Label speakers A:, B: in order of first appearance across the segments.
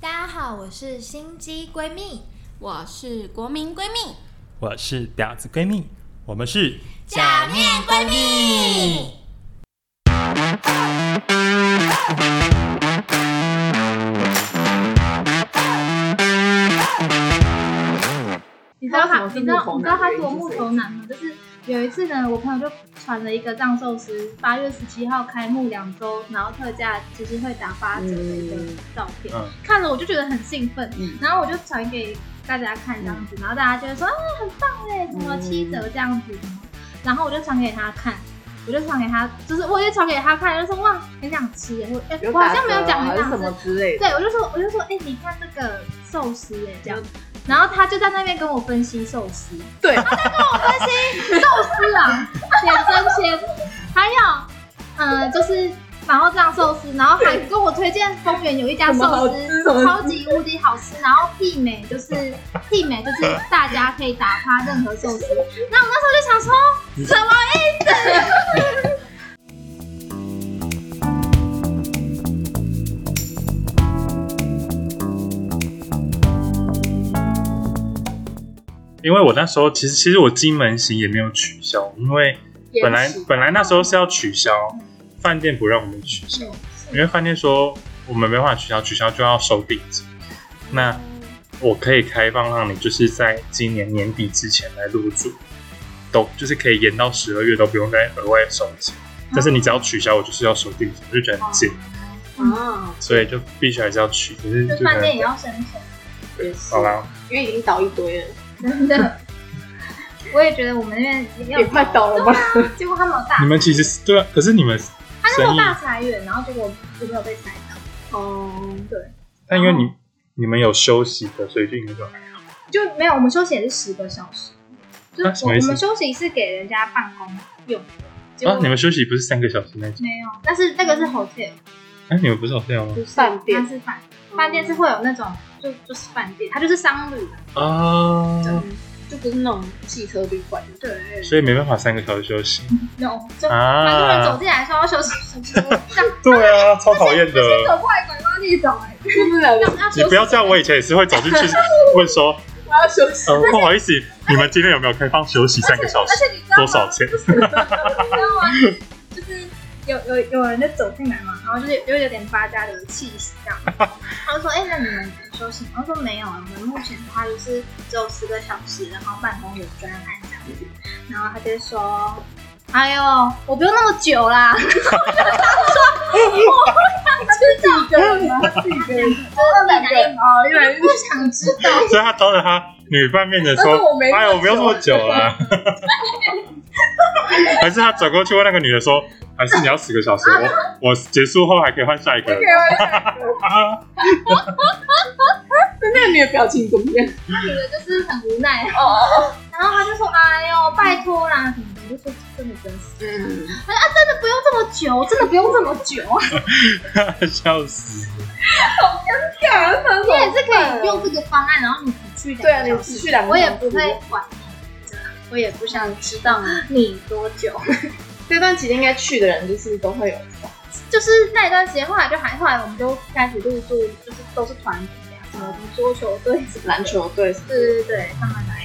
A: 大家好，我是心机闺蜜，
B: 我是国民闺蜜，
C: 我是婊子闺蜜，我们是
A: 假面闺蜜。
D: 你知道他，
E: 他为什么是
D: 你知道
E: 木头男
D: 你知道他是我木头男吗？就是有一次呢，我朋友就传了一个藏寿司八月十七号开幕两周，然后特价就是会打八折的一个照片，
C: 嗯
D: 看了我就觉得很兴奋，
E: 嗯
D: 然后我就传给大家看这样子，然后大家就会说啊很棒哎，什么七
E: 嗯
D: 折这样子，然后我就传给他看。我就传给他，就是我也传给他看，就说哇，很想吃耶，我哎、
E: 有
D: 我好像没有
E: 打折
D: 讲
E: 啊
D: 很
E: 还是
D: 想
E: 什
D: 吃
E: 么，之类的。
D: 对，我就说，我就说，哎、你看这个寿司、哎，这样。然后他就在那边跟我分析寿司，
E: 对
D: 他在跟我分析寿司啊， 点真鲜，还有，呃，就是然后这样寿司，然后还跟我推荐丰原有一家
E: 什么
D: 寿
E: 好
D: 司
E: 吃什么
D: 超级无敌好吃，然后媲美就是媲美就是大家可以打趴任何寿司。那我那时候就想说，什么意思？
C: 因为我那时候其实其实我金门行也没有取消，因为本来本来那时候是要取消，
D: 嗯
C: 饭店不让我们取消，因为饭店说我们没办法取消，取消就要收定金。那我可以开放让你就是在今年年底之前来入住，都就是可以延到十二月都不用再额外收钱，但是你只要取消，我就是要收定金，我就觉得很贱，
D: 嗯
E: 啊，
C: 所以就必须还是要取，可是就
D: 就
C: 觉
D: 饭
C: 得
D: 店也要省钱，
E: 也是
C: 好，啦，
E: 因为已经倒一堆了，
D: 真的。我也觉得我们那边也
E: 也
D: 有
E: 快倒了吧？啊
D: 结果他没有大
C: 你们其实是对啊，可是你们
D: 他那
C: 生
D: 种
C: 意，
D: 大裁员，然后结果就没有被裁到。
E: 哦，
C: 但因为你你们有休息的，所以就应该就还好
D: 就没有我们休息也是十个小时，就
C: 啊
D: 是
C: 什
D: 我
C: 么意
D: 我
C: 思
D: 们休息是给人家办公用的，结
C: 啊
D: 果。
C: 你们休息不是三个小时那
E: 嗯
C: 种？
D: 没有，但是那个是 hotel，
C: 哎、你们不是有这样吗？
D: 不是
E: 饭店
D: 它是饭饭店是会有那种就就是饭店，它就是商旅的，
C: 啊，
E: 嗯就不是那种汽车旅馆，
D: 对，
C: 所以没办法三个小时休息
D: 那种就蛮多人走
C: 啊。
D: 进来说要休息休 息，这样
C: 对啊，超讨厌
D: 先
C: 的。
D: 走过来拐弯地走，哎，
E: 对不对？
D: 要要休
C: 你
D: 息
C: 不要这样，我以前也是会走进去 问说，
E: 我要休息。
C: 呃，不好意思，你们今天有没有开放休息三个 小
D: 而
C: 时？
D: 且你知道
C: 多
D: 吗？
C: 少钱？
D: 你知道吗？就是有有有人就走进来嘛，然后就是有有点八加的气息这样。他就说：“哎、那你们休息？”我说：“没有啊，我们目前的话就是只有十个小时，然后办公有专案这样子。”然后他就说：“哎呦，我不用那么久啦。”我就哦想说：“我不想知道，
E: 自己跟人
D: 真的没有，因为不想知道。
C: 所以他当着他女伴面前
E: 但
C: 说
E: 是我没：“那么
C: 哎，我没有这么久
E: 久啊
C: 啦。” 还是他转过去问那个女的说：“还是你要十个小时？我我结束后还可以换下 一个人。” 啊，
E: 那个女的表情怎么样？”
D: 那女的就是很无奈，
E: 哦哦，
D: 然后他就说：“哎呦，拜托啦，什么的。”我就说：“真的真是。”
E: 嗯，
D: 真的不用这么久，真的不用这么久，
C: 笑死！
E: 干啊那
D: 你也是可以用这个方案，然后你只去两个
E: 对啊你
D: 小时
E: 只去两个
D: 我
E: 小时
D: 也不会管你，我也不想知道你多久。
E: 这段期间应该去的人就是都会有，
D: 就是那一段时间，后来就还后来我们就开始入住，就是都是团体啊，什么桌球队什么的
E: 篮，球队什么的
D: 对对对，他们来来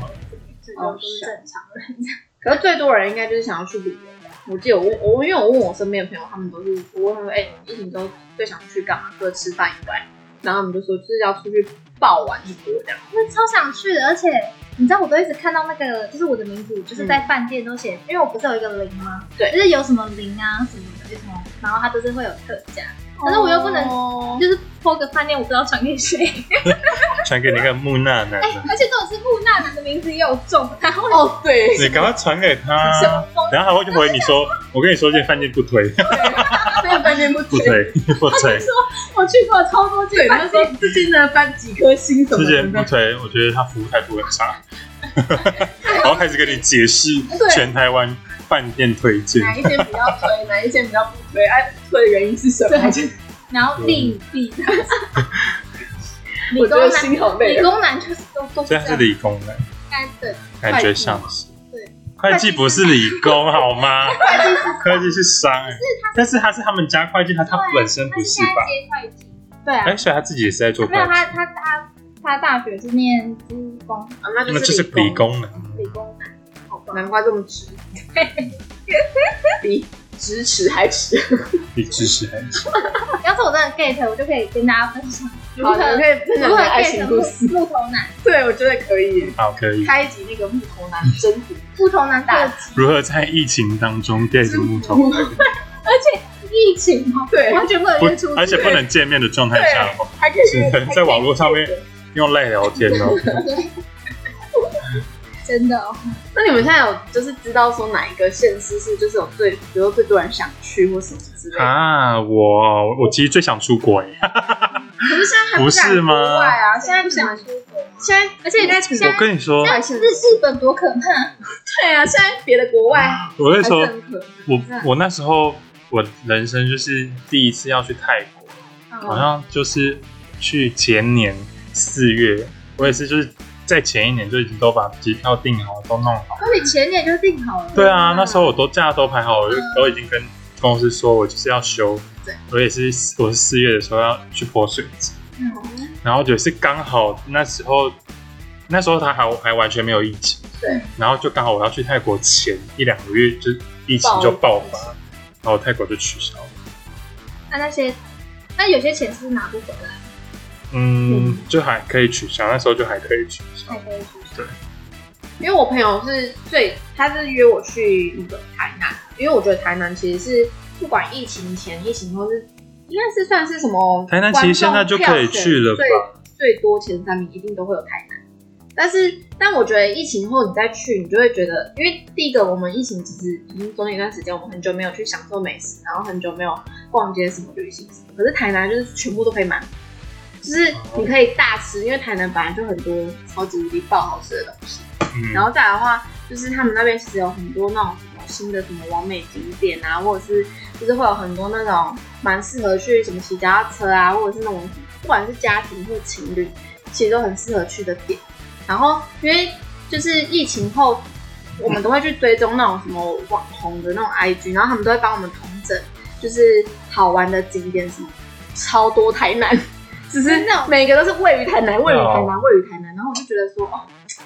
D: 这边，这都是正常的。
E: 可是最多人应该就是想要去旅游吧。我记得我问我因为我问我身边的朋友，他们都是我问他们，哎、你疫情之后最想去干嘛？除了吃饭以外，然后他们就说就是要出去爆玩一波这样。
D: 那超想去的，而且你知道，我都一直看到那个，就是我的名字，就是在饭店都写，因为我不是有一个零吗？
E: 嗯对
D: 就是有什么零啊什么的，有什么，然后它都是会有特价，但是我又不能
E: 哦
D: 就是破个饭店，我不知道传给谁，
C: 传给那个木讷男
D: 哎、
C: 的，
D: 而且这种是木讷男的名字也有中，然后
E: 哦，对，
C: 你赶快传给
E: 什么
C: 他，
E: 风
C: 然后他会就回你说：“我跟你说，这饭店不推，
E: 没有饭店不
C: 不
E: 推。
C: 推， 不推，
D: 我去过超多间
E: 对，他
D: 饭
E: 说
D: 店，
E: 这间的翻几颗星什
C: 之
E: 么
C: 前
E: 什
C: 不
E: 么
C: 推，我觉得他服务态度很差。” 然后开始跟你解释全台湾饭店推荐，
D: 哎
E: 哪一间比较推，哪一间比较不推，哎、推的原因是什么？ 我
D: 然后利弊，
E: 觉
D: 理工
E: 得
D: 男，
E: 心好累啊
D: 理。工男就是都都
C: 所
D: 这
C: 以
D: 样
C: 他是，理工的，
D: 哎对，
C: 感觉像是。
D: 对，
C: 会计不是理工好吗？会计是商，但是他是他们家会计，他他本身
D: 他
C: 不
D: 是
C: 是
D: 啊现在
C: 吧？
D: 接会计，对啊
C: 哎、，所以他自己也是在做
D: 没有
C: 会计，
D: 他他他他大学是念资工
E: 啊，那
C: 那就是理
E: 理工，
C: 工的。
D: 理工男，好吧？
E: 难怪这么直， 比直尺还直。
C: 比知识还
D: 要是我真的 get，我就可以跟大家分享如
E: 好，
D: 何
E: 你可以分享你
D: 如何
E: 的爱
D: get
E: 情故事。
D: 木木头男，
E: 对，我觉得可以
C: 好，可以。
E: 开一集那个木头男征服，
D: 木头男大吉，
C: 如何在疫情当中 get 木头？
D: 而且疫情哦，
E: 对
D: 完全不能
C: 不
D: 约出去，，
C: 而且不能见面的状态下的话，
E: 还可以
C: 只能在网络上面用赖聊天 哦。
D: 真的 哦。
E: 那你们现在有就是知道说哪一个县市是就是有最，比如说最多人想去或什么之类的？
C: 啊，我我其实最想出国耶，
E: 可是现在
C: 不是吗嗯
E: 国外啊，现在
D: 不
E: 不
D: 想
E: 想，
D: 出国，
E: 现在
D: 而且你在现
C: 我
D: 在
C: 跟你说，
E: 外县
D: 日日本多可怕，
E: 对啊，现在别的国外
C: 我
E: 还
C: 那时
E: 是
C: 候，
E: 很可能。
C: 我
D: 嗯
C: 我那时候我人生就是第一次要去泰国，
D: 哦
C: 好像就是去前年四月，我也是就是在前一年就已经都把机票订好，都弄好。
D: 那你前年就定好了，
C: 对啊，那时候我都假都排好，我就都已经跟公司说我就是要休
E: 对。
C: 我也是四，我是四月的时候要去泼水节，
D: 嗯
C: 然后也是刚好那时候，那时候他还还完全没有疫情，
E: 对，
C: 然后就刚好我要去泰国前一两个月，就是疫情就爆发，然后泰国就取消了。
D: 那那些那有些钱是拿不回来，
C: 嗯，就还可以取消，那时候就还可以取消
D: 太。可以出去。
E: 因为我朋友是最，他是约我去那个台南，因为我觉得台南其实是不管疫情前、疫情后是，应该是算是什么
C: 台南其实现在就可以去了吧
E: 观众票选最最多前三名一定都会有台南，但是但我觉得疫情后你再去，你就会觉得，因为第一个我们疫情其实已经中间一段时间，我们很久没有去享受美食，然后很久没有逛街什么旅行，可是台南就是全部都可以满。就是你可以大吃，因为台南本来就很多超级无敌爆好吃的东西，
C: 嗯，
E: 然后再来的话，就是他们那边其实有很多那种什么新的什么完美景点啊，或者是就是会有很多那种蛮适合去什么骑脚踏车啊，或者是那种不管是家庭或情侣，其实都很适合去的点。然后因为就是疫情后，我们都会去追踪那种什么网红的那种 IG，然后他们都会帮我们统整，就是好玩的景点什么，超多台南，只是那种每个都是位于台南，位于台南，位于台南。然后我就觉得说，哦，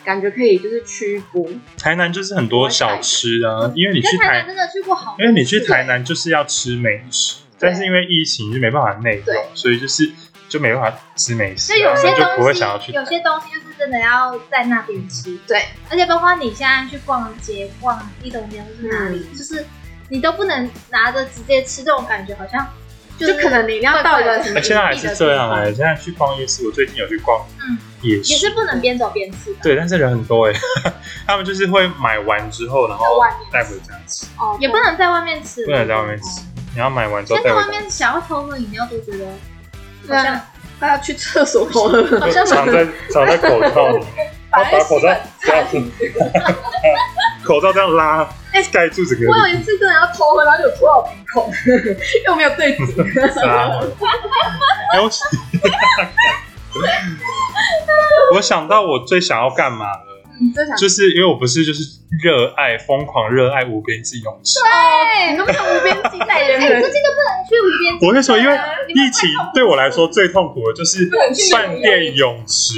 E: 感觉可以就是去一波，
C: 台南就是很多小吃啊，因为你去
D: 跟台南
C: 台，
D: 真的去过好，
C: 因为你去台南就是要吃美食，但是因为疫情就没办法内
E: 对
C: 用，所以就是就没办法吃美食
D: 就
C: 啊，
D: 有些
C: 你就不
D: 东
C: 会
D: 西
C: 想要去台
D: 有
C: 南。
D: 些东西就是真的要在那边吃，
E: 对，
D: 而且包括你现在去逛街、逛一中街或是哪里，
E: 嗯
D: 就是你都不能拿着直接吃，这种感觉好像
E: 就可能你一定要到一个什么隐蔽的地
C: 哎，
E: 方，
C: 现在还是这样哎、现在去逛夜市，我最近有去逛
D: 嗯
C: 夜
D: 也
C: 市，
D: 是不能边走边吃的。
C: 对，但是人很多哎、 他们就是会买完之后，然后
E: 在外面
C: 带回家吃，
E: 哦，
D: 也不能在外面吃，
C: 不能在外面吃。你要买完之后
D: 现
C: 带
D: 在
C: 回
D: 外
C: 家
D: 面想要偷喝饮料都觉得好
E: 对
D: 像
E: 啊大家去厕所好 了，
D: 好像
C: 吃，藏在藏在口罩里面，然后把口罩这样子， 口罩这样拉盖住整个
E: 我有一次真的要偷喝，然后就拖到鼻孔，又没有对准。
C: 沙漠。哎，我我想到我最想要干嘛了，
E: 你真想
C: 就是因为我不是就是热爱疯狂热爱无边际泳池。
D: 对，
E: 你都没有无边际代言
D: 哎，最
E: 人，
D: 近都不能去无边
C: 我跟你说，因为
D: 你们
C: 疫情对我来说最痛苦的就是
E: 能去游泳
C: 饭店泳池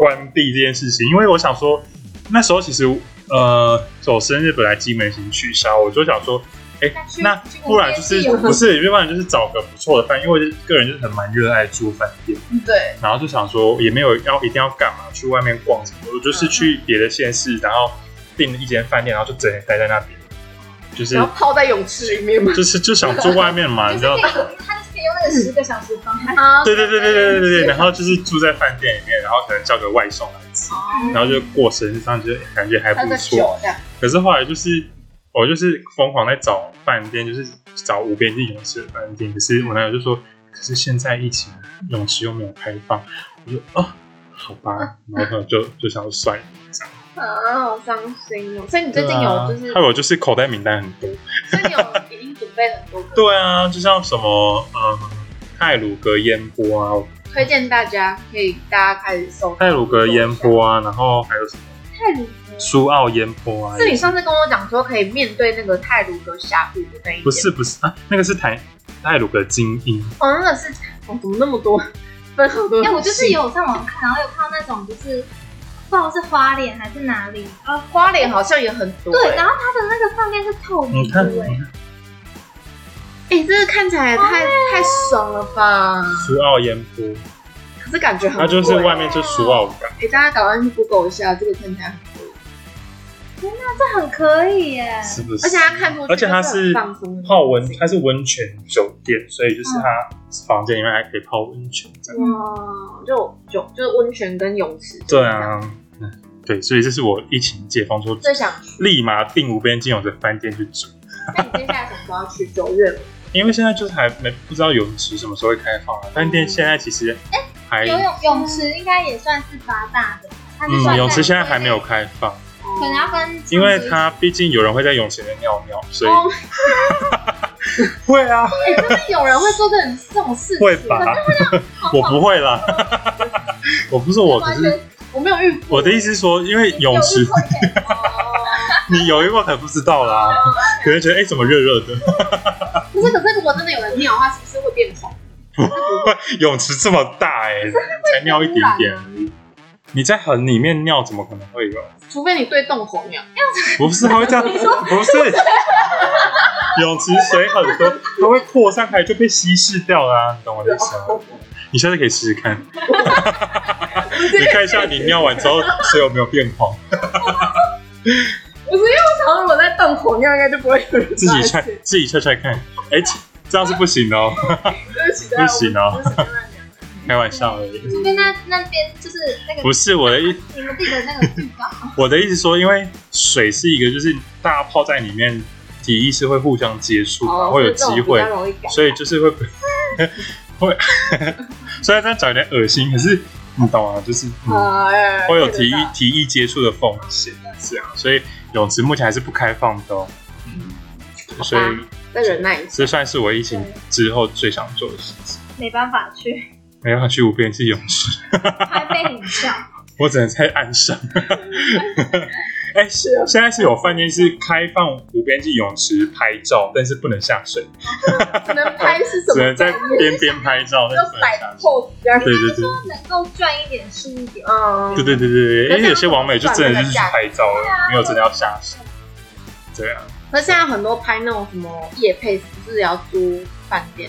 C: 关闭这件事情，因为我想说，那时候其实呃，我生日本来金门行取消，我就想说，哎、
D: 去
C: 那
D: 去
C: 不然就是嗯
D: 无边际
C: 不是，要不然就是找个不错的饭店，因为我就是个人就是很蛮热爱住饭店，
E: 嗯对，
C: 然后就想说也没有要一定要干嘛去外面逛什么，
E: 嗯
C: 我就是去别的县市，然后订了一间饭店，然后就整天待在那边，就是
E: 然后泡在泳池里面嘛。
C: 就是就想住外 面嘛，你知道。
D: 它就是可以用那个嗯十个小时方案，
E: 啊
C: 对对对对对对对 对，然后就是住在饭店里面，然后可能叫个外送来吃，然后就过生日，这样就感觉还
E: 喝
C: 不
E: 哦个
C: 错。
E: 酒这样，
C: 可是后来就是我就是疯狂在找饭店，就是找无边际泳池的饭店。可是我男友就说，可是现在疫情，泳池又没有开放。我就哦，好吧，然后 就就想要算了。
E: 啊，好伤心哦。所以你最近
C: 对啊
E: 有就是，
C: 还有就是口袋名单很多。
E: 所以你有已经准备很多歌，
C: 对啊，就像什么嗯，泰鲁格烟波啊，
E: 推荐大家可以大家开始搜
C: 泰鲁格烟波啊，然后还有什么
E: 泰鲁格。
C: 苏澳烟波啊，
E: 是你上次跟我讲说可以面对那个泰鲁格峡谷的那一点，
C: 不是不是啊，那个是台泰鲁格精英，
E: 哦，那个是哦，怎么那么多？分好多。
D: 哎、我就是。有上网看，然后有看到那种就是，不知道是花莲还是哪里，
E: 啊，花莲好像也很多、
D: 对，
E: 哎
D: 然后它的那个饭店是透
E: 嗯
D: 明
C: 你看，
D: 的、
C: 你
D: 欸，
C: 看，
E: 哎、这个看起来也太太爽了吧？
C: 福澳盐湖，
E: 可是感觉很贵。
C: 它就是外面就是福澳港，
E: 哎、大家赶快去 Google 一下，这个看起来很贵，
D: 这很可以耶、
C: 是不 是？
E: 而且它看出去
C: 而且它
E: 就是很
C: 是
E: 放松的
C: 泡温，它是温泉酒店，所以就是它房间里面还可以泡温泉这样。
E: 哇，就就就是温泉跟泳池。
C: 对，啊，嗯对，所以这是我疫情解封之后
E: 最想去。
C: 立马订无边境泳的饭店去住，
E: 那你接下来什么时候要去？九月吗？
C: 因为现在就是还没不知道泳池什么时候会开放啊。饭店现在其实还
D: 游泳泳池应该也算是八大的，它是
C: 嗯，
D: 算
C: 泳池现在还没有，开放，
D: 可能要跟
C: 因为它毕竟有人会在泳池里面尿尿，所以
E: 哦
C: 会啊，
D: 就是哎有人会做这种这种事情，
C: 会吧？ 我不会啦，我不是我，
D: 完
C: 只
D: 全
C: 是
E: 我没有遇过。
C: 我的意思是说，因为泳池
D: 有一块钱
C: 你有一过可能不知道啦，可能觉得哎、怎么热热的，
E: 不是，可是如果真的有人尿的话，是不是会变红？
C: 泳池这么大哎、才尿一点点，你在很里面尿怎么可能会有？
E: 除非你对洞口尿。
C: 不是，它会这样，不是。泳池水很多，它会扩散开就被稀释掉啦、你懂我的意思吗？你下次可以试试看，你看一下你尿完之后水有没有变黄，
E: 不是因为我想说，如果在洞口尿，应该就不会有人
C: 自己踹
E: 发现
C: 自己踹踹看，哎、这样是不行的哦，
E: 对不起，
C: 不行哦，
E: 对不起
C: 开玩笑而已。
D: 就跟那那边就是那个
C: 不是我的意
D: 你们自己的那个地方，
C: 我的意思说，因为水是一个，就是大家泡在里面，体液是会互相接触，然
E: 哦，
C: 后会有机会
E: 所以这种比较，容易感
C: 所以就是会 会， 虽然这样讲有点恶心，可是你懂吗？就是、嗯、
E: 呃
C: 会有体液体液接触的风险，这样，所以泳池目前还是不开放的哦。嗯，所以
E: 好再忍耐一次。
C: 这算是我疫情之后最想做的事情。
D: 没办法 去，
C: 没办法去无边际泳池。
D: 还被你笑。
C: 我只能在岸上。 哎、现现在是有饭店是开放无边际泳池拍照，但是不能下水，
E: 能拍是什
C: 只
E: 么
C: 能在
E: 概念？
C: 边边拍照，但
E: 要
C: 是不能
E: 摆
C: 下水。
E: pose 这样。
C: 对对对
D: 能够赚一点是一点。
E: 嗯，
C: 对对对对对，因为有些网美就真的是去拍照了，没有真的要下水。对啊，
E: 可是现在很多拍那种什么夜配，不是也要租饭店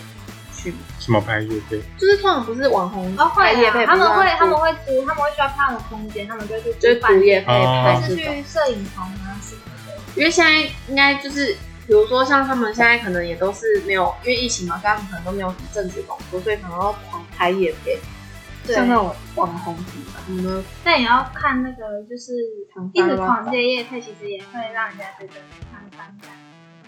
E: 去吗？
C: 什么拍夜对，
E: 就是通常不是网红
D: 哦，
E: 拍
D: 会
E: 夜配，
D: 啊，他们
E: 哎不是要租
D: 会他们会租，他们会需要漂亮的空间，他们就会去
E: 就是租
D: 租饭
E: 夜
D: 店，
E: 配拍
D: 或
E: 这
D: 是
E: 种。
D: 去摄影棚啊什么的。
E: 因为现在应该就是，比如说像他们现在可能也都是没有，因为疫情嘛，所以他们可能都没有什么正职工作，所以可能要狂拍夜配，像那
D: 对，
E: 种网红什么的，他们都
D: 但也要看那个，就是
E: 常
D: 一
E: 翻
D: 直
E: 乱
D: 狂
E: 打
D: 接夜配，其实也会让人家觉得很反
E: 啊
D: 感。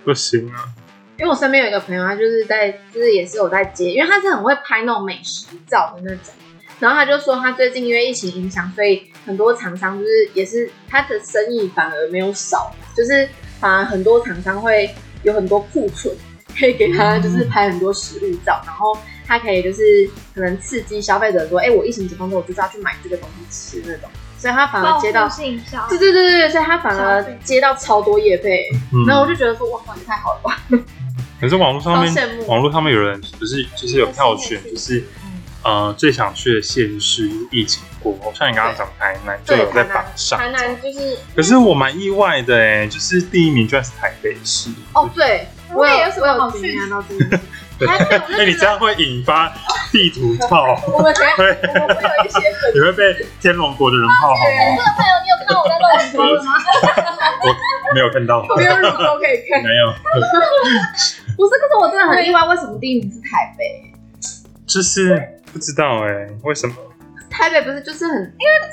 C: 不行啊，
E: 因为我身边有一个朋友，他就是在，就是也是有在接，因为他是很会拍那种美食照的那种。然后他就说，他最近因为疫情影响，所以很多厂商就是也是他的生意反而没有少，就是反而很多厂商会有很多库存，可以给
D: 嗯
E: 他就是拍很多食物照，然后他可以就是可能刺激消费者说，哎、我疫情解封之后，我就是要去买这个东西吃那种，所以他反而接到
D: 报，复性消费
E: 对对对对对，所以他反而接到超多业配，
C: 嗯，
E: 然后我就觉得说，哇，哇你太好了吧，
C: 可是网络上
E: 好羡
C: 面，
E: 慕
C: 网络上面有人不是就是有票选，就是呃最想去的县市疫情过后，像你刚刚讲台南就
E: 对
C: 有在
E: 台南
C: 榜上，
E: 台南就是
C: 可是我蛮意外的哎，就是第一名居然是台北市。
E: 哦，对，我
D: 那也
E: 有
D: 有什么好
E: 我有
D: 去
E: 惊讶到这件事情。台北，我
C: 哎、你这样会引发地图炮，
E: 我们等下
C: 对，
E: 我们会有一些粉
C: 你会被天龙国的人泡好吗？
D: 朋友，你有看到我在露直播了吗？
E: 啊
C: 我没有看到，
E: 没
C: 没
E: 有乳沟可以看。
C: 有，
E: 不是，可是我真的很意外，为什么第一名是台北？
C: 就是不知道哎、为什么？
E: 台北不是就是很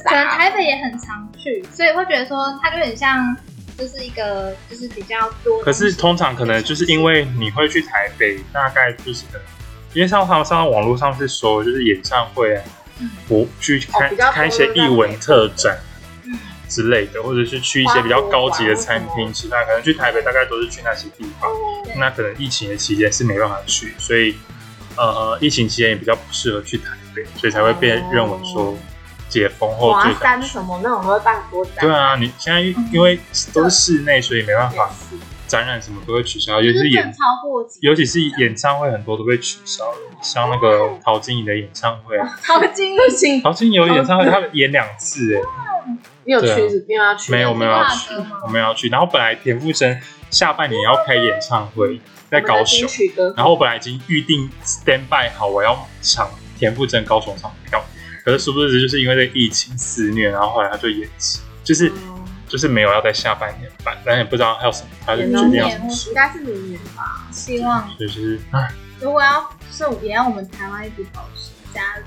D: 可能台北也很常去，所以会觉得说它就很像，就是一个就是比较多。
C: 可是通常可能就是因为你会去台北，大概就是可能因为像他们上网络上是说，就是演唱会啊，我去
E: 哦
C: 开
E: 比较多
C: 开一些艺文特展之类的，或者是去一些比较高级的餐厅吃饭，可能去台北大概都是去那些地方。
E: 哦
C: 那可能疫情的期间是没办法去，所以呃，疫情期间也比较不适合去台北，所以才会被
E: 哦
C: 认为说解封后
E: 华
C: 最
E: 山
C: 想去。
E: 什么那种都会办很多展。嗯
C: 对啊，你现在因为都是室内，所以没办法
E: 也是，
C: 展览什么都会取消，
D: 就
C: 尤其
D: 是
C: 是
D: 不能
C: 演，
D: 超过几
C: 尤其是演唱会很多都被取消了，像那
D: 哦
C: 个陶晶莹的演唱会啊，
E: 超惊不行，
C: 陶晶莹有演唱会，她演两次
D: 哦
C: 哎、
E: 你有
C: 对啊
E: 去子，你有要去？
C: 没有没有啊要去
D: 个吗？
C: 我们要去。然后本来田馥甄下半年要开演唱会，在高
D: 哦
C: 雄，
E: 曲歌，
C: 然后我本来已经预定 stand by 好我要抢田馥甄高雄场票，可是殊不知就是因为这个疫情肆虐，然后后来他就延期，就是
D: 哦
C: 就是没有要在下半年办，但也不知道还有什么，他就决
E: 演到
C: 定要
E: 年
C: 什么时
D: 应该是明年吧，希望
C: 候，就是啊唉
D: 如果要是也要我们台湾一直保持嘉玲，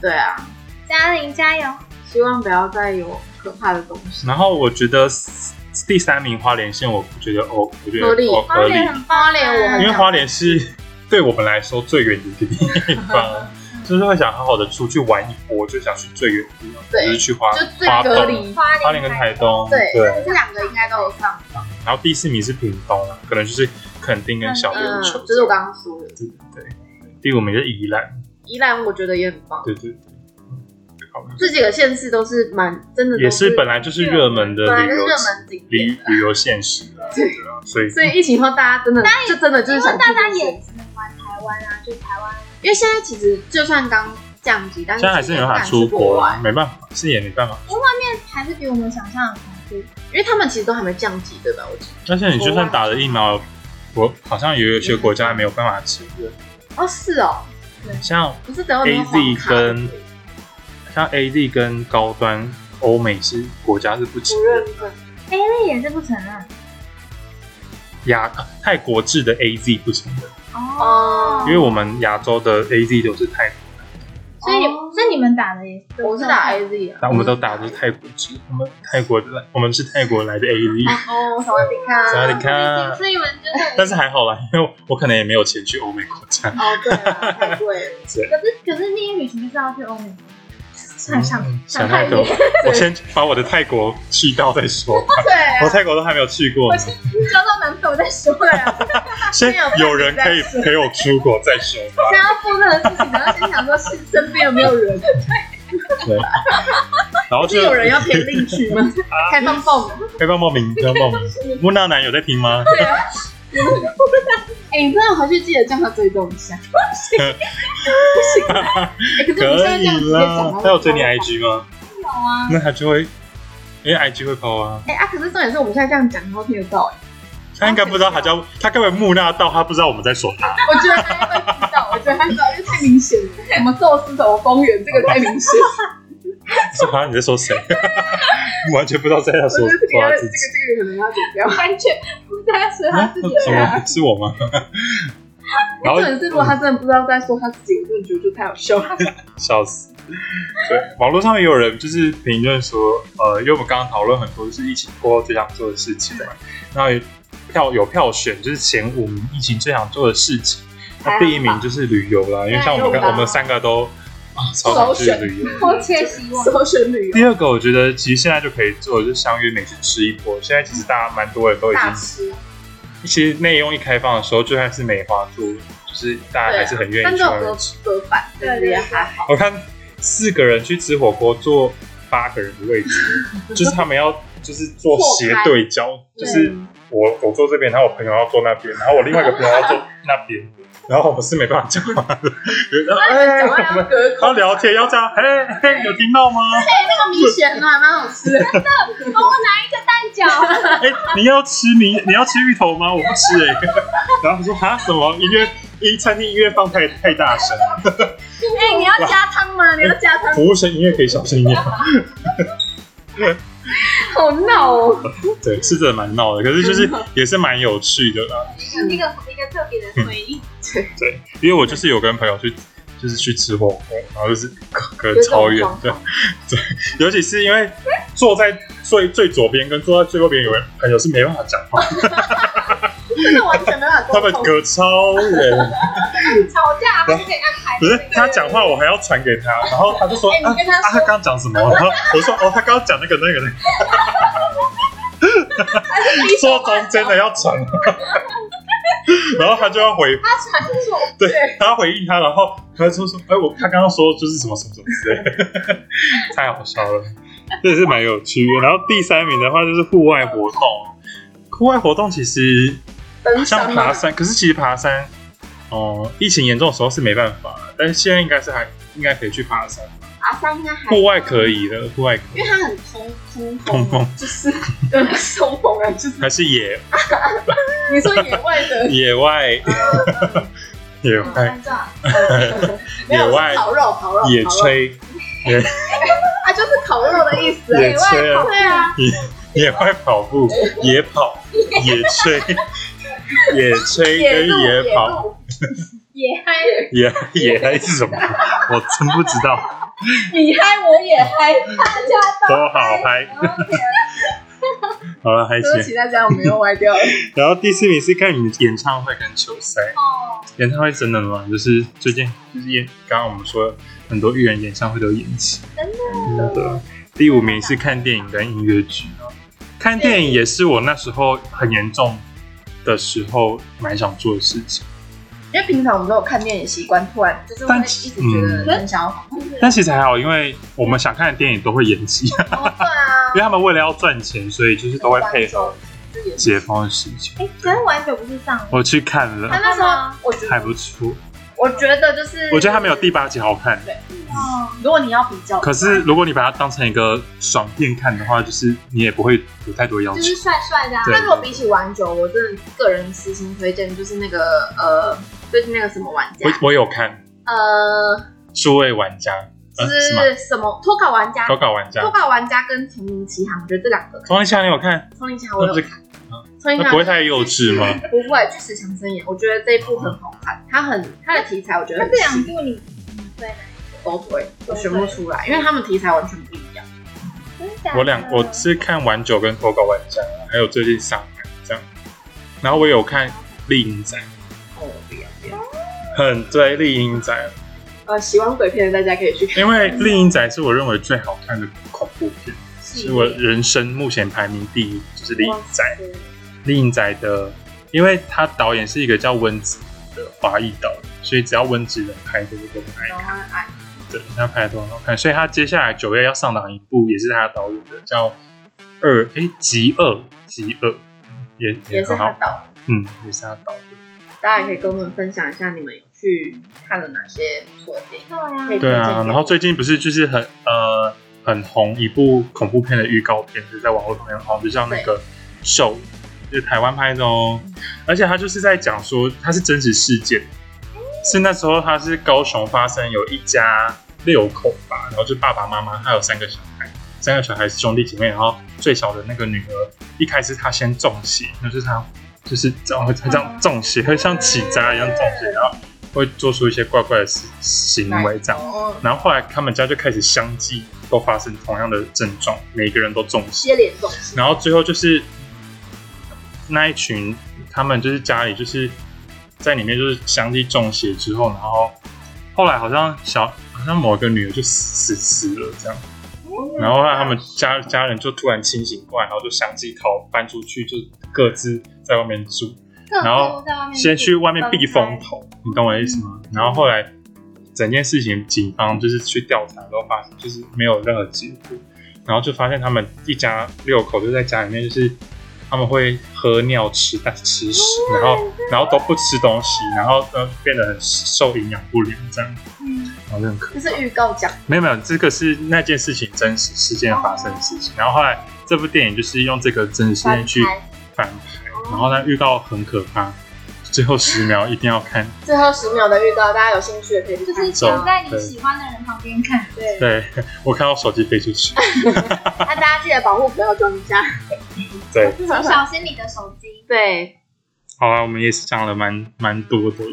E: 对啊，
D: 嘉玲加油！
E: 希望不要再有可怕的东西。
C: 然后我觉得 s- 第三名花莲县，我觉得哦，我觉得
E: 合理
C: 哦
D: 花
C: 合理
D: 莲，很棒啊，
E: 花莲我很
C: 因为花莲是对我们来说最远的一个地方，就是会想好好的出去玩一波，就想去最远的地方，
E: 对
C: 就是去花
E: 就最
C: 花
E: 隔
C: 东、
E: 离
D: 花
C: 花莲跟台东，
E: 对
C: 对。
E: 这两个应该都有上，
C: 然后第四名是屏东啊，可能就是垦丁跟小
E: 嗯，
C: 琉球，
E: 就是我刚刚说的，
C: 对对对。第五名是宜兰，
E: 宜兰我觉得也很棒，
C: 对对对。好吧，
E: 这几个县市都是蛮真的都，
C: 也是本来就是热门的
E: 本来
C: 旅
E: 就
C: 游
E: 是热门景
C: 旅
E: 点，
C: 旅游现实啊，
E: 对
C: 对啊，所以
E: 所以疫情后大家真的就真的就是
D: 因
E: 想
D: 为
E: 去
D: 大家
E: 这些
D: 也只能玩台湾啊，就台湾
E: 因为现在其实就算刚降级，但是
C: 现在还是没办法出国啊，没办法，是也没办法。
D: 还是比我们想象的恐怖。
E: 因为他们其实都还没降级，对吧？我记得
C: 而且你就算打了疫苗，我好像也有一些国家还没有办法吃，
E: 哦，是哦，
C: 像
E: 不是只有那个
C: AZ
E: 黄卡的
C: 跟像 A D 跟高端欧美是国家是不吃
E: 不认证，
D: A 类也是不承
E: 啊
D: 认
C: 亚呃泰国制的 A Z 不成的，
E: 哦
C: 因为我们亚洲的 A Z 都是泰国，
D: 所以
E: 哦
D: 所以你们打的也是，
E: 我是打 AZ 啊，
C: 但我们都打
D: 嗯
C: 的是泰国制，我们泰国来，我们是泰国来
D: 啊
C: 的 A Z，
E: 哦，小外饼
C: 所以
E: 看
C: 你看，啊
D: 所以你们就是
C: 但是还好啦，因为我可能也没有钱去欧美国家，
E: 哦，对啊，太贵 了，
D: 可是可是蜜月旅行就是要去欧美，想
C: 嗯
D: 想
C: 想
D: 太
C: 太多
D: 多，，哦
C: 我先把我的泰国去到再说，
E: 对
C: 我
E: 啊，
C: 泰国都还没有去过
D: 我
C: 呢。
D: 先交到男朋友再说 呀，
C: 先有人可以陪我出国再说 吧。
E: 现在要做任何事情，然后先想说是身边有没有 人，
C: 然后
E: 是
C: 就
E: 有人要填进去 吗？
C: 啊
E: 开放报名，
C: 可以帮报名，可以帮报名。木纳男有在听吗？
E: 哎，你真的回去记得叫他追踪一 下，不行，不行，哎可是我们现
C: 可
E: 在这
C: 以
E: 样直接
C: 啦
E: 讲，他
C: 他有
E: 会
C: 追你啊
E: 发
C: IG 吗？
D: 有啊，
C: 那他就会，因为 IG 会抛啊。
E: 哎、啊，可是重点是我们现在这样讲，他会听得
D: 哦
E: 到哎、
C: 他应该不知道他叫，他根本木纳到他不知道我们在说他。
E: 我觉得他会知道，我觉得他知道，因为太明显了。什么宙斯什么公园，这个太明显了。
C: 说好像你在说谁？完全不知道在他
E: 我觉
C: 说
E: 得这
C: 说
E: 个要
C: 他
E: 这
C: 自
E: 个
C: 己。
E: 这个可能要剪掉。
D: 完全不太适合
C: 啊
D: 他自己的
C: 什么？是我吗？然后
E: 重点是，如果他真的不知道在说他自己，我真的觉得就太好笑了。
C: 笑死。对，网络上也有人就是评论说，呃，因为我们刚刚讨论很多就是疫情过后最想做的事情嘛，那有票有票选就是前五名疫情最想做的事情，那第一名就是旅游啦，因为像我们刚
E: 对
C: 我们三个都啊超想去旅游。
D: 迫切希 望。
E: 搜寻旅游
C: 第二个我觉得其实现在就可以做，就是相约美食吃一波。现在其实大家蛮多人都已
E: 大
C: 经，
E: 吃，
C: 其实内用一开放的时候，就算是梅花猪，就是大家还是很愿
E: 但
C: 意
E: 这
C: 去
E: 种
C: 外
E: 都
C: 面吃。
E: 吃隔板，对对也还好。
C: 我看四个人去吃火锅坐八个人的位置，就是他们要就是坐斜对角，就是我我坐这边，然后我朋友要坐那边，然后我另外一个朋友要坐那边，然后我们是没办法讲话的。然后哎，
E: 讲话
C: 我
E: 要
C: 们
E: 隔
C: 要
E: 空，
C: 聊天要这样，嘿嘿，有听到吗？
E: 那个米线
D: 啊
E: 呢还蛮好吃的。
D: 脚，
C: 哎，你要吃你你要吃芋头吗？我不吃哎。然后我说哈什么音乐音餐厅音乐放太太大声，
D: 哎，你要加汤吗？你要加 汤，
C: 服务生音乐可以小声一点吗？
E: 好闹哦！
C: 对，是真的蛮闹的，可是就是也是蛮有趣的啦。
D: 是一个一个特别的回忆。
C: 对，因为我就是有跟朋友去，就是去吃火锅，然后就是隔
E: 有
C: 隔
E: 这种
C: 超远
E: 状
C: 的，对， 尤其是因为坐在最最左边跟坐在最右边有人朋友是没办法讲话，
E: 真的完全没办法
C: 他
E: 沟
C: 们
E: 通，
C: 隔超远，
D: 吵架还是可以安排
C: 不是他讲话我还要传给他，然后他就说、
D: 哎你
C: 啊
D: 跟他
C: 啊他刚讲什么，然后我说哦他刚刚讲那个那个那个，坐中间的要传，然后他就要回
D: 他传是我
C: 对他回应他，然后他就说：“哎，我他刚刚说就是什么什么什么之类的， 太好笑了，这也是蛮有趣的。”然后第三名的话就是户外活动，户外活动其实
E: 登
C: 像
E: 山
C: 爬
E: 嘛，
C: 山，可是其实爬山，哦、疫情严重的时候是没办法，但是现在应该是还应该可以去爬山，
D: 爬山应该 还
C: 户外可以的，户外可
D: 因
C: 以
D: 为，它很通通
C: 通风
E: 就是嗯，松风啊，就是
C: 还是野
E: 你说野外的
C: 野外，
E: 哦
C: 野外
D: 山照，
E: 没有
C: 野外
E: 是烤肉，烤肉，
C: 野
E: 烤肉，
C: 炊，
E: 啊，就是烤肉的意思。
C: 野炊啊，
E: 对啊，
C: 野外跑步，野跑，野 炊，野炊
E: 野路
C: 跟
E: 野
C: 野跑。
E: 路，
D: 野嗨，
C: 野野黑是 什么？我真不知道，
E: 你嗨我也 嗨，大家
C: 都好嗨。好了，嗨
E: 对不
C: 起
E: 起大家，我们又歪掉了。
C: 然后第四名是看你的演唱会跟球赛。
D: 哦
C: 演唱会真的吗？就是最近就是演，刚刚我们说很多艺人演唱会都延期。真
D: 嗯
C: 的。第五名是看电影跟音乐剧哦。看电影也是我那时候很严重的时候蛮想做的事情，
E: 因为平常我们都有看电影习惯，突然就是会
C: 但
E: 一直觉得很想要嗯跑步。
D: 嗯啊
C: 但其实还好，因为我们想看的电影都会延期， 因
D: 哦对啊，
C: 为他们为了要赚钱，所以就是都会配合
E: 就也是。
C: 解封的事情。
D: 哎，可是完全不是上，
C: 我去看
D: 他
C: 了，
D: 那时候
E: 我觉
C: 还
E: 得，
C: 不错。
D: 嗯
E: 我觉得就是，
C: 我觉得它没有第八集好看，
D: 哦，
E: 如果你要比较，
C: 可是如果你把它当成一个爽片看的话，就是你也不会有太多要
D: 就
C: 求
D: 是。帅帅的啊，
C: 对
E: 但如果比起玩酒，我真的个人私心推荐就是那个呃，就是那个什么玩家，
C: 我我有看
E: 呃，
C: 《数位玩家》，
E: 就
C: 呃，是吗？
E: 是什么脱稿玩家，
C: 投稿玩家
E: 脱，稿玩家跟丛林奇航，我觉得这两个，
C: 同一下你有看？
E: 丛林奇航我
C: 哦那
E: 有
C: 不是
E: 看，啊丛林奇航
C: 那不会太幼稚吗？
E: 不会，巨石强森演，我觉得这一部很好看，它很它的题材我觉得
D: 那
E: 很
D: 这两
E: 新，
D: 部你嗯对哪
E: 都对，我选不出来，因为他们题材完全不一样。
D: 一个真的假的
C: 我两我是看《玩九》跟《投稿玩家》，还有最近上海这样。然后我有看《丽影仔》，
E: 哦，不
C: 啊
E: 要不要。
C: 很对《丽影仔》，
E: 呃，喜欢鬼片的大家可以去看。
C: 因为《丽影仔》是我认为最好看的恐怖片。
E: 是
C: 是我人生目前排名第一，就是《丽影仔》。
E: 对
C: 《丽影仔》的，因为他导演是一个叫温子的华裔导演，所以只要温子仁拍的我都很爱
E: 然后爱
C: 对，他拍的都很好看。所以他接下来九月要上档一部也是他导演的，叫《二》哎，《极恶》《极恶》也
E: 也是
C: 很
E: 他
C: 好，
E: 导的，
C: 嗯，也是他导的。
E: 大家也可以跟我们分享一下你们有去看了哪些不错的电影。
D: 对啊
E: 可以推荐
C: 对啊，
E: 给
C: 然后
E: 我
C: 最近不是就是很呃很红一部恐怖片的预告片，就在网络上面很红，就像那个《手》，就是台湾拍的哦。而且他就是在讲说，它是真实事件，是那时候他是高雄发生有一家六口吧，然后就爸爸妈妈还有三个小孩，三个小孩是兄弟姐妹，然后最小的那个女儿一开始她先中邪，那就是她就是这样会会这样中邪，会像起渣一样中邪，然后会做出一些怪怪的事行为这样。
E: 哦，
C: 然后后来他们家就开始相继都发生同样的症状，每个人都中邪。
E: 接连中
C: 然后最后就是那一群，他们就是家里就是在里面就是相继中邪之后，然后后来好像小好像某个女儿就死死死了这样，然后后来他们家家人就突然清醒过来，然后就相继逃搬出去，就各自在外面住，
D: 各
C: 然后
D: 自在外面
C: 先去外面避风
D: 分开
C: 头，你懂我的意思吗？然后后来整件事情，警方就是去调查之后发现，就是没有任何结果，然后就发现他们一家六口就在家里面，就是他们会喝尿吃蛋吃屎，然后然后都不吃东西，然后呃变得很受营养不良这样，
D: 嗯，
C: 然后就很可
E: 这是预告讲，
C: 没有没有，这个是那件事情真实事件发生的事情，然后后来这部电影就是用这个真实事件去反拍，然后呢预告很可怕，最后十秒一定要看。
E: 最后十秒的预告，大家有兴趣的可以去
D: 就
E: 看
D: 是。躲在你喜欢的人旁边 看，对，
C: 对我看到手机飞出去，
E: 那大家记得保护不要装家。
C: 对，
D: 请小心你的手机，
E: 对，
C: 好啊，我们也是讲了蛮蛮多的，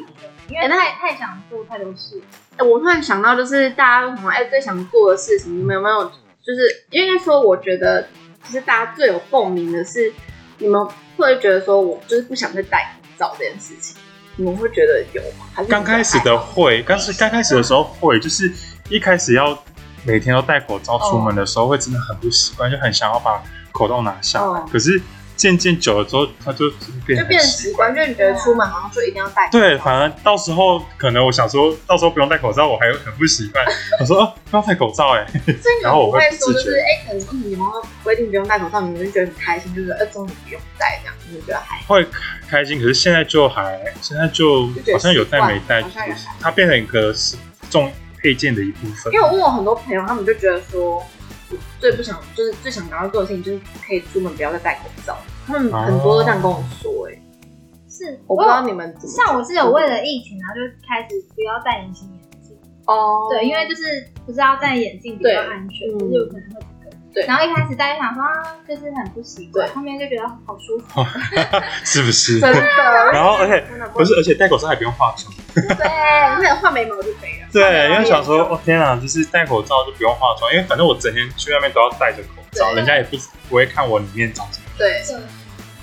D: 因为太太想做太多事，
E: 哎我突然想到，就是大家为什么哎最想做的事情，你们有没有？就是应该说，我觉得就是大家最有共鸣的是，你们会觉得说我就是不想再戴口罩这件事情，你们会觉得有吗？还是
C: 刚开始的会，刚是刚开始的时候会，就是一开始要每天都戴口罩出门的时候，会真的很不习惯，就很想要把口罩拿下来。
E: 哦
C: 可是渐渐久了之后，它就变
E: 就
C: 成
E: 变成
C: 习
E: 习惯，就你觉得出门好像就一定要戴口罩。
C: 对，反而到时候可能我想说，到时候不用戴口罩，我还很不习惯。我说哦，不要戴口罩哎、
E: 所以你
C: 然后
E: 不
C: 我会
E: 会
C: 不
E: 说
C: 自
E: 就
C: 觉
E: 是哎，可能疫情然后规定不用戴口罩，你们就觉得很开心，就是呃终于不用戴这样，你就觉得还好。
C: 会开心。可是现在就还，现在就
E: 就觉得
C: 好像有戴没戴，
E: 习惯了好像有
C: 它变成一个是重配件的一部分
E: 因。为我问我很多朋友，他们就觉得说，我最不想就是最想赶快做的事情就是可以出门不要再戴口罩。他们很多都这样跟我说、哎、
D: 是
E: 我不知道你们怎么想。
D: 像我是有为了疫情，然后就开始不要戴隐形眼镜。
E: 哦，
D: 对， 因为就是不知道戴眼镜比较安全，
E: 对嗯
D: 就是有可能会得。
E: 对
D: 然后一开始戴就想说啊，就是很不习惯，
E: 对
D: 后面就觉得好舒服。
C: 是 不是？
E: 真的，
C: 然后而且
E: 真的
C: 不是，而且戴口罩还不用化妆。
E: 对，哎那画眉毛就可以了。
C: 对，因为想说，哦天啊，就是戴口罩就不用化妆，因为反正我整天去外面都要戴着口罩，
E: 对
C: 人家也不不会看我里面长什么。
E: 对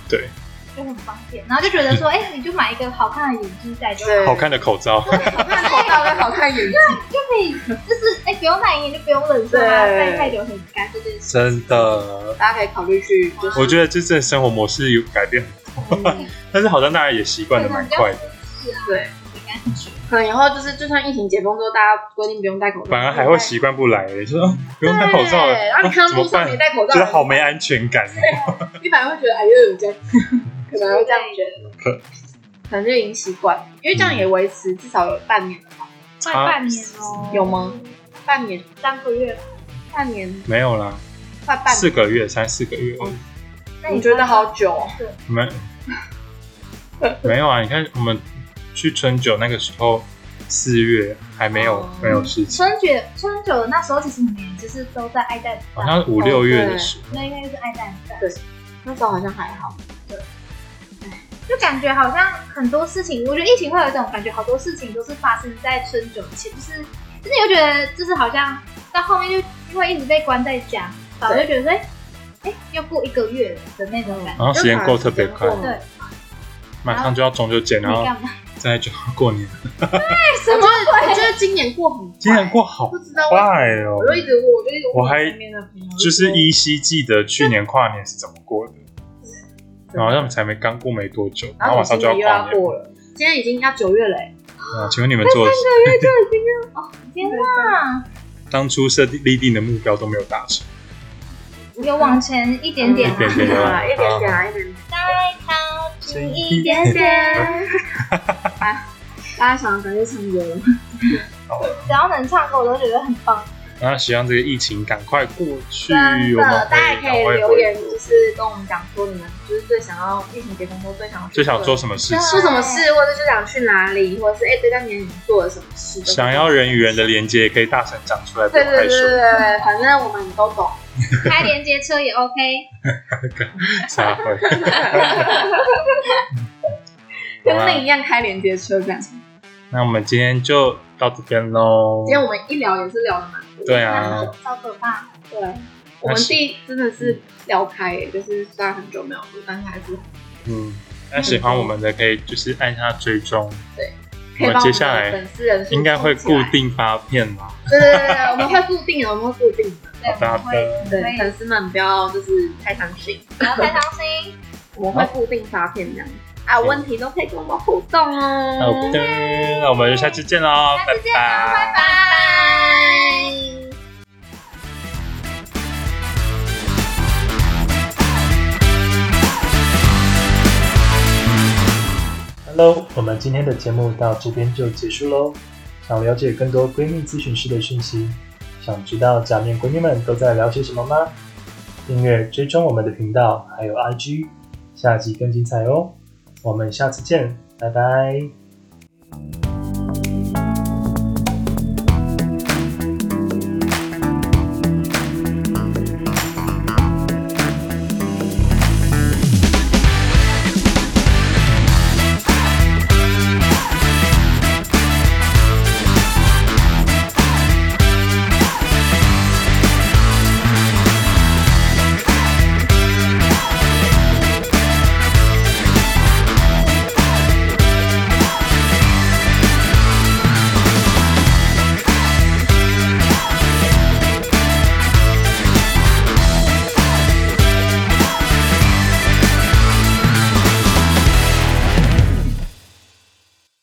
C: 对，
D: 就很方便，然后就觉 得说，哎、你就买一个好看的眼镜戴就好，
E: 对，
C: 好看的口罩，
E: 好看口罩跟好看眼睛，
D: 就可以，就是哎、不用戴眼镜，就不用忍受它
E: 对
D: 戴太久很干这件事。
C: 真的，
E: 大家可以考虑去就是
C: 我觉得这次生活模式有改变，
E: 嗯
C: 但是好像大家也习惯的蛮快的，
E: 对。可能以后就是，就算疫情解封之后，大家规定不用戴口罩，
C: 反而还会习惯不来，就说、哦不用戴口罩了，哦
E: 对然后你看
C: 怎
E: 到路
C: 么
E: 上
C: 办
E: 没？戴口罩，
C: 觉得好没安全感哦。
E: 你反而会觉得哎呦这样，可能会这样觉得，可能就已经习惯，因为这样也维持至少有半年了吧？
D: 快
C: 啊
D: 半年哦、
E: 有吗？半年，
D: 三个月，
E: 半年，
C: 没有啦，
E: 快半
C: 四
E: 年，
C: 个月，三四个月而已。
D: 那
E: 我觉得好久哦，
C: 你们没有啊？你看我们去春酒那个时候，四月还没有、
E: 哦
C: 没有事情，
D: 春卷春酒的那时候，其实你们就是都在爱戴不
E: 哦
C: 好
D: 戴，
C: 像五六月的时候，
D: 那应该就是爱戴不戴。
E: 那时候好像还好，
D: 就感觉好像很多事情，我觉得疫情会有一种感觉，好多事情都是发生在春酒前，就是就是你会觉得就是好像到后面就因为一直被关在家，然后就觉得哎哎、诶又过一个月了的那种感觉。
C: 然后时间过特别快
E: 就，反而时间过
D: 对
E: 得，
C: 马上就要中秋节，然
D: 你
C: 后
D: 干嘛？
C: 再就要过年。
D: 什么
E: 我
D: 鬼？
E: 觉得今年过很快，
C: 今年过好
E: 不知道为什么
C: 快哦
E: 我，就一直问，我就一直问
C: 我还
E: 身边的朋友
C: 就是依稀记得去年跨年是怎么过的，然后他们，才没刚过没多久，然
E: 然后
C: 后马
E: 我
C: 上
E: 今
C: 就
E: 年又
C: 跨
E: 要
C: 年
E: 过。了，今天已经要九月了，哎
C: 啊，请问你们做了什
D: 哦天哪！
C: 么当初设定立定的目标都没有达成，
D: 有往前一点点
C: 嗯一
D: 啊，
C: 点点
E: 好
C: 啊
E: 啦一点点啊，一点点。
D: 再靠近一点 点。
E: 大家想赶紧唱歌 了，
D: 只要能唱歌，我都觉得很棒。
C: 那希望这个疫情赶快过去，
E: 真
C: 哎我们
E: 的，大家也可以
C: 赶快
E: 留言，
C: 回
E: 就是跟我们讲说你们就是最想要疫情解封后最想要
C: 最想做什么事
E: 做
C: 情，
E: 什么事，或者是想去哪里，或者是哎这段年你做了什么事，
C: 想要人与人的连接也可以大声讲出来，不
E: 对
C: 要
E: 对对
C: 害
E: 对，
C: 羞
E: 对，反正我们都 懂。
D: 开连接车也 OK，
C: 撒会。好啊
E: 跟
C: 啦
E: 另一样开连接车这样，今
C: 那我们今天就到这边喽。
E: 天我们一聊也是聊的蛮多的
C: 对啊，
D: 超可怕。
E: 对，我们弟真的是聊开耶，就是虽然很久没有录，但是还是
C: 嗯，那喜欢我们的可以就是按下追踪，
E: 可以
C: 我
E: 把我
C: 们接
E: 们
C: 下
E: 的
C: 来
E: 粉丝人数
C: 应该会
E: 凑起
C: 固
E: 来
C: 定发片啦。
E: 对对对对，我们会固定的，我们会固定的。
D: 对，
C: 好
D: 我
C: 的好
D: 们会
C: 的，
E: 对
D: 可，以
E: 粉丝们不要就是太伤心，
D: 不要太伤心。
E: 我会固定发片这样。啊，有问题都可以跟我们互动
C: 好
E: 哦。
C: 的，那我们就下次见喽，
D: 下次见
C: 拜拜
D: 拜拜。
F: Hello，我们今天的节目到这边就结束喽。想了解更多闺蜜咨询师的讯息，想知道假面闺蜜们都在聊些什么吗？订阅追踪我们的频道，还有 IG，下集更精彩哦。我们下次见，拜拜。